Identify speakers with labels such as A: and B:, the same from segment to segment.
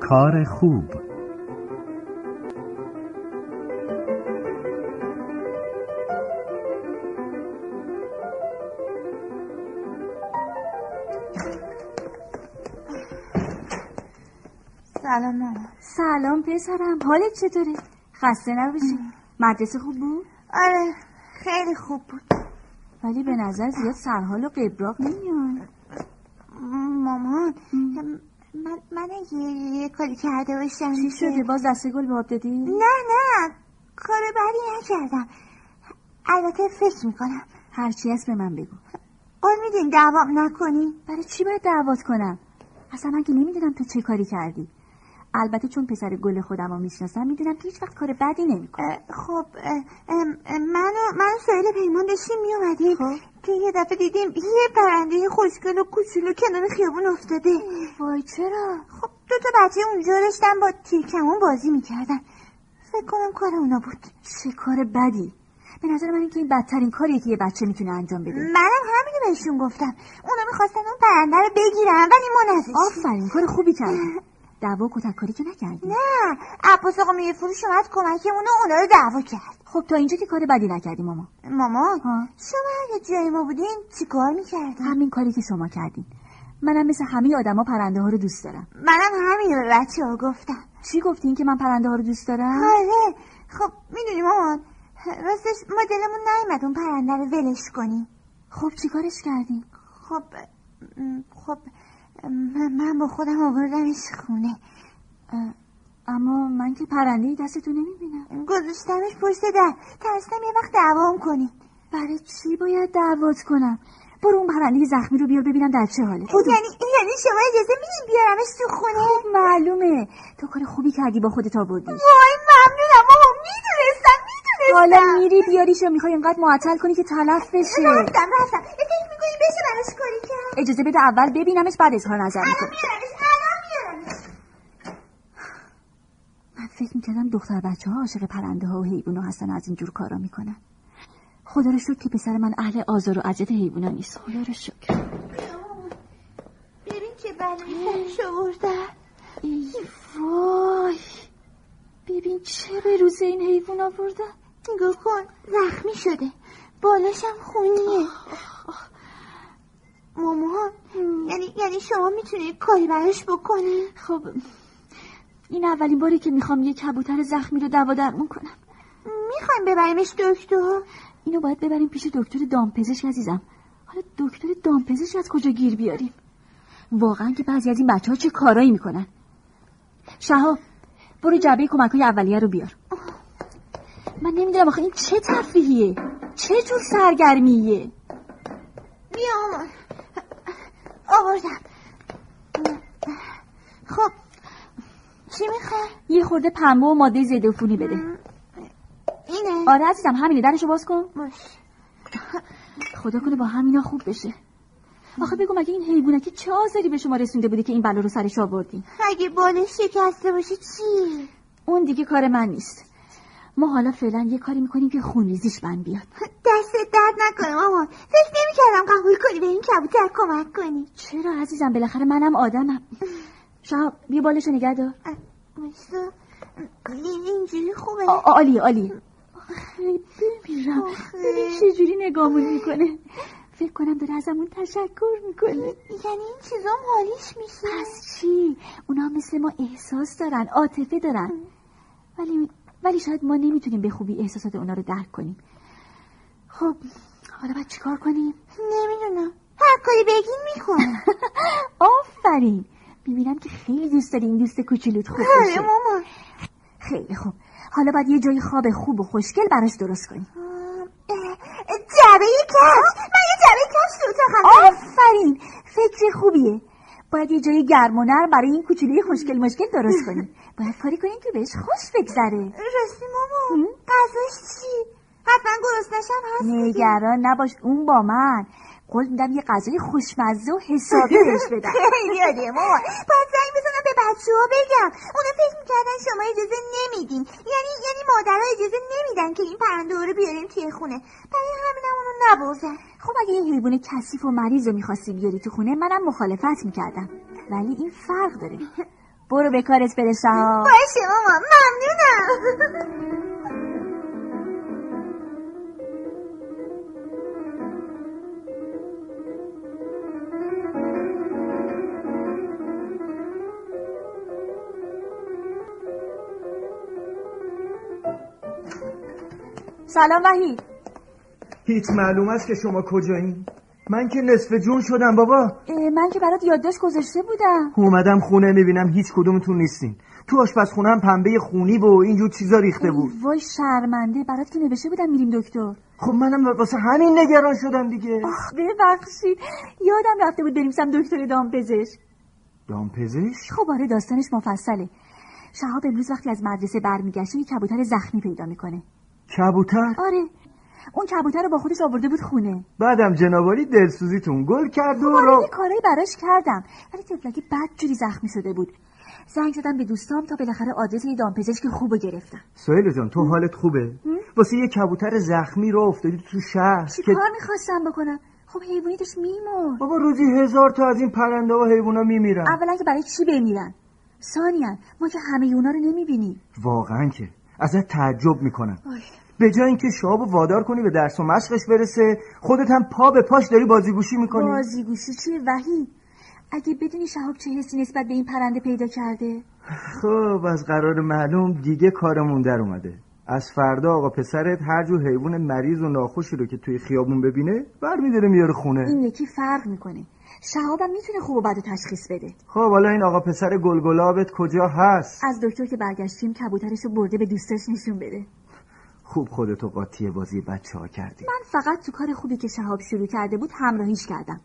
A: کار خوب
B: سلام مامان
C: سلام پسرم حالت چطوره؟ خسته نباشی مدرسه خوب بود؟
B: آره خیلی خوب بود
C: ولی به نظر زیاد سرحال و قبراق نمیان
B: مامان من, من اگه یه کاری کرده باشم
C: چی شده باز دسته گل باب دادی؟
B: نه نه کار بدی نکردم البته فکر میکنم
C: هرچی هست به من بگو
B: قول میدین دعوام نکنی
C: برای چی باید دعوات کنم؟ اصلا من که نمیدونم تو چه کاری کردی البته چون پسر گل خودم رو میشناسم میدونم که هیچ وقت کار بدی نمیکنه
B: اه، خب اه، ام، ام، من و من و سهیل پیمان داشتیم میومدیم
C: خب.
B: که یه دفعه دیدیم یه پرنده خوشگل و کوچولو کنار خیابون افتاده
C: وای چرا
B: خب دو تا بچه اونجا داشتن با تیرکمون بازی میکردن فکر کنم کار اونا بود
C: چه کار بدی به نظر من اینکه این بدترین کاریه که یه بچه میتونه انجام بده
B: منم همینو بهشون گفتم اونا میخواستن اون پرنده رو بگیرن ولی ما نذاشتیم
C: آفرین کار خوبی کردی دعوا و کتککاری که نکردی
B: نه عباس آقا میوه فروش اومد کمکمون و اونا رو دعوا کرد
C: خب تا اینجا که کار بدی نکردی ماما
B: مامان
C: ها.
B: شما اگه جای ما بودین چیکار میکردین
C: همین کاری که شما کردین منم مثل همه آدما پرنده ها رو دوست دارم
B: منم همینو به بچه ها گفتم
C: چی گفتین که من پرنده ها رو دوست دارم
B: آره خب میدونی مامان راستش ما دلمون نیومد اون پرنده رو ولش کنیم
C: خب چیکارش کردین
B: خب م، خب من- من با خودم آوردمش خونه
C: اما من که پرنده دستتو نمیبینم
B: گذاشتمش پشت در ترسیدم یه وقت دعوام کنی
C: برای چی باید دعوات کنم برو اون پرنده زخمی رو بیار ببینم در چه حاله بدو.
B: یعنی یعنی شما اجازه میدین بیارمش تو خونه
C: معلومه تو کار خوبی کردی با خودت آوردی
B: وای ممنونم ماما میدونستم میدونستم
C: حالا میری بیاریش یا میخوای اینقدر معطل کنی که تلف بشه
B: رفتم رفتم فکر میکنی بشه براش کاری کرد
C: اجازه بده اول ببینمش بعد اظهار نظر
B: الان
C: میکنم
B: میارمش الان میارمش
C: من فکر میکردم دختر بچه ها عاشق پرنده ها و حیوونا هستن و از اینجور کارا میکنن خدا رو شکر که پسر من اهل آزار و اذیت حیوونا نیست خدا رو شکر
B: ببین چه بلایی سرش آوردن
C: ای وای ببین چه به روز این حیوان آوردن
B: نگاه کن زخمی شده بالاشم خونیه مامان یعنی یعنی شما میتونی کاری براش بکنی
C: خب این اولین باری که میخوام یه کبوتر زخمی رو دوا درمون کنم
B: میخوایم ببریمش دکتر
C: اینو باید ببریم پیش دکتر دامپزشک عزیزم حالا دکتر دامپزشک از کجا گیر بیاریم واقعا که بعضی از این بچه ها چه کارایی میکنن شهاب برو جعبه کمک های اولیه رو بیار من نمیدونم آخه این چه تفریحیه چه جور سرگرمیه
B: بیا مامان آوردم خب چی میخوای
C: یه خورده پنبه و ماده ضد عفونی بده
B: اینه
C: آره عزیزم همینه درشو باز کن
B: باش
C: خدا کنه با همینا خوب بشه آخه بگو مگه این حیوانکی چه آزاری به شما رسونده بوده که این بلا رو سرش آوردی
B: اگه بالش شکسته باشه چی
C: اون دیگه کار من نیست ما حالا فعلا یه کاری میکنیم که خونریزیش من بیاد
B: دستت درد نکنه مامان فکر نمیکردم قبول کنی به این کبوتر کمک کنی
C: چرا عزیزم بالاخره منم آدمم شهاب بیا بالشو نگه دار
B: اه، وایسا. این- اینجوری خوبه
C: آ- عالیه عالیه آخه بمیرم
B: آخه.
C: ببین چه جوری نگامون میکنه فکر کنم داره ازمون تشکر میکنه
B: یعنی این چیزا مالیش میشه
C: پس چی اونا مثل ما احساس دارن عاطفه دارن ولی ولی شاید ما نمیتونیم به خوبی احساسات اونا رو درک کنیم خب حالا باید چیکار کنیم
B: نمیدونم هر کاری بگین میکنم
C: آفرین میبینم که خیلی دوست داری این دوست کوچولوت خوب
B: آره
C: بشه
B: مامان
C: خیلی خوب حالا باید یه جای خواب خوب و خوشگل براش درست کنیم
B: اه، اه، جعبه کفش من یه جعبه کفش تو اتاقم دارم.
C: آفرین فکر خوبیه باید یه جای گرم و نرم برای این کوچولوی خوشگل مشکل درست کنیم باید کاری کنیم که بهش خوش بگذره
B: راستی مامان غذاش چی حتما گرسنشم هست دیگه.
C: نگران نباش اون با من قول میدم یه غذای خوشمزه و حسابی بهش بدم
B: خیلی آره مامان باید زنگ بزنم به بچه ها بگم اونا فکر میکردن شما اجازه نمیدین یعنی یعنی مادرها اجازه نمیدن که این پرنده ها رو بیاریم توی خونه برای همینم اونو نبردن
C: خب اگه این حیوان کثیف و مریض رو میخواستی بیاری تو خونه منم مخالفت میکردم ولی این فرق داره برو به کارت بره شهاب
B: باشه ماما ممنونم
C: سلام وحید
A: هیچ معلوم است که شما کجایین من که نصف جون شدم بابا
C: اه، من که برات یادداشت گذاشته بودم
A: اومدم خونه میبینم هیچ کدومتون نیستین تو آشپزخونه هم پنبه خونی و اینجور چیزا ریخته بود
C: وای شرمنده برات که نوشته بودم میریم دکتر
A: خب منم واسه همین نگران شدم دیگه
C: آخ ببخشید یادم رفته بود بریم سم دکتر دامپزشک
A: دامپزشک
C: خب آره داستانش مفصله شهاب امروز وقتی از مدرسه برمیگشته یه کبوتر زخمی پیدا میکنه
A: کبوتر
C: آره اون کبوتر رو با خودش آورده بود خونه
A: بعدم جنابالی دلسوزیتون گل کرد و
C: آره
A: را
C: یه کارایی براش کردم ولی تفلکی بدجوری زخمی شده بود زنگ زدم به دوستام تا بالاخره آدرس یه دامپزشک خوب رو گرفتم
A: سهیل جان تو حالت خوبه واسه یه کبوتر زخمی رو افتادی تو شهر
C: چی
A: که
C: کار میخواستم بکنم خب حیوانی داشت میمرد
A: بابا روزی هزار تا از این پرنده و حیوونا میمیرن
C: اولا که برای چی بمیرن ثانیا ما که همه اونا رو نمیبینیم
A: واقعا که ازت تعجب میکنم به جای اینکه شاب وادار کنی به درس و مشقش برسه خودت هم پا به پاش داری بازیگوشی میکنی
C: بازیگوشی چیه وحید اگه بدونی شهاب چه حسی نسبت به این پرنده پیدا کرده
A: خب از قرار معلوم دیگه کارمون در اومده از فردا آقا پسرت هر جو حیوان مریض و ناخوشی رو که توی خیابون ببینه برمیداره میاره خونه
C: این یکی فرق میکنه شهابم میتونه خوب و بد رو تشخیص بده
A: خب حالا این آقا پسر گلگلابت کجا هست
C: از دکتر که برگشتیم کبوترش رو برده به دوستاش نشون بده
A: خوب خودتو قاطی بازی بچه ها کردی
C: من فقط تو کار خوبی که شهاب شروع کرده بود همراهیش کردم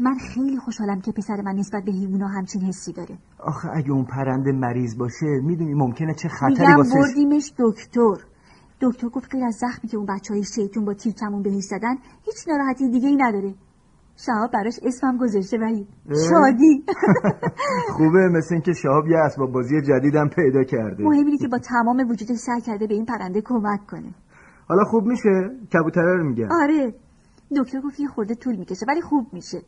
C: من خیلی خوشحالم که پسر من نسبت به حیوونا همچین حسی داره
A: آخه اگه اون پرنده مریض باشه میدونی ممکنه چه خطری
C: میگم
A: واسه
C: بردیمش دکتر دکتر گفت غیر از زخمی که اون بچه های شیطون با تیرکمون بهش زدن هیچ ناراحتی دیگه ای نداره شهاب براش اسمم گذاشته ولی شادی
A: خوبه مثل اینکه شهاب یه اسباب بازی جدیدم پیدا کرده
C: مهم اینه که با تمام وجودش سعی کرده به این پرنده کمک کنه
A: حالا خوب میشه کبوتره رو میگم
C: آره دکتر گفت یه خورده طول میکشه ولی خوب میشه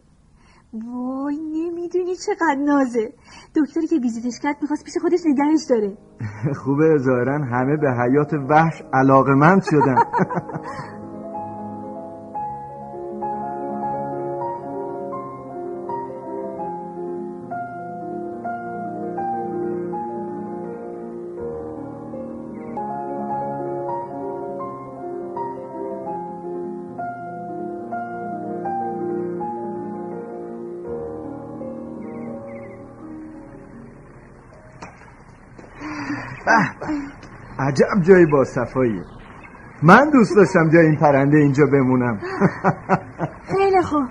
C: وای نمیدونی چقدر نازه دکتری که ویزیتش کرد میخواست پیش خودش نگهش داره
A: خوبه ظاهرا همه به حیات وحش علاقمند شدن به به. عجب جایی با صفاییه من دوست داشتم جای این پرنده اینجا بمونم
C: خیلی خوب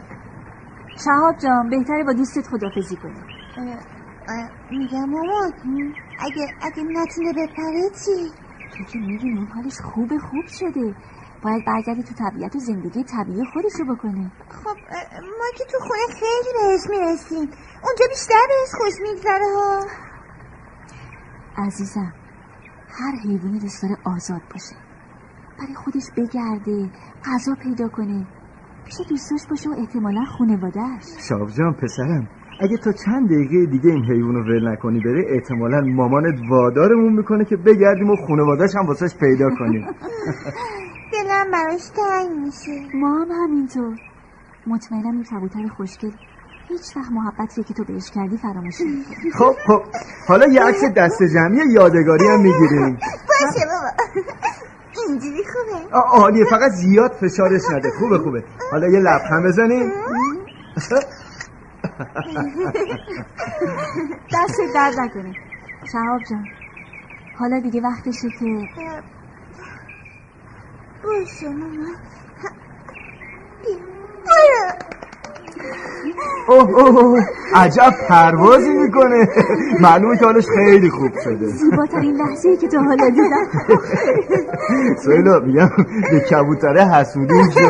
C: شهاب جان بهتره با دوستت خدافزی کنی
B: اه، اه، میگم مامان اگه اگه نتونه بپره چی
C: تو که میدونی اون حالش خوب خوب شده باید برگردی تو طبیعت و زندگی طبیعی خودش رو بکنه
B: خب اه، ما که تو خونه خیلی بهش میرسیم اونجا بیشتر بهش خوش میگذره ها
C: عزیزم هر حیوانی دوست داره آزاد باشه برای خودش بگرده غذا پیدا کنه پیش دوستاش باشه و احتمالا خونوادهش
A: شاب جان پسرم اگه تا چند دقیقه دیگه این حیوان رو ول نکنی بره احتمالا مامانت وادارمون میکنه که بگردیم و خانوادهش هم واسش پیدا کنیم
B: دلم براش تنگ میشه
C: ما هم همینطور مطمئنم این کبوتر خوشگل هیچ وقت محبتی که تو بهش کردی فراموش نمیکنه
A: خب خب حالا یه عکس دست جمعی یادگاری هم میگیریم
B: باشه بابا اینجوری خوبه
A: آ، عالیه فقط زیاد فشارش نده خوبه خوبه حالا یه لبخند بزنیم
C: دست درد نکنه شهاب جان حالا دیگه وقتشه که
B: اه، باشه مامان بیا. برو
A: اوه اوه اوه عجب پروازی میکنه معلومه که حالش خیلی خوب شده
C: زیباترین لحظه ای که تا حالا دیدم
A: سویلا میگم به کبوتره حسودی شد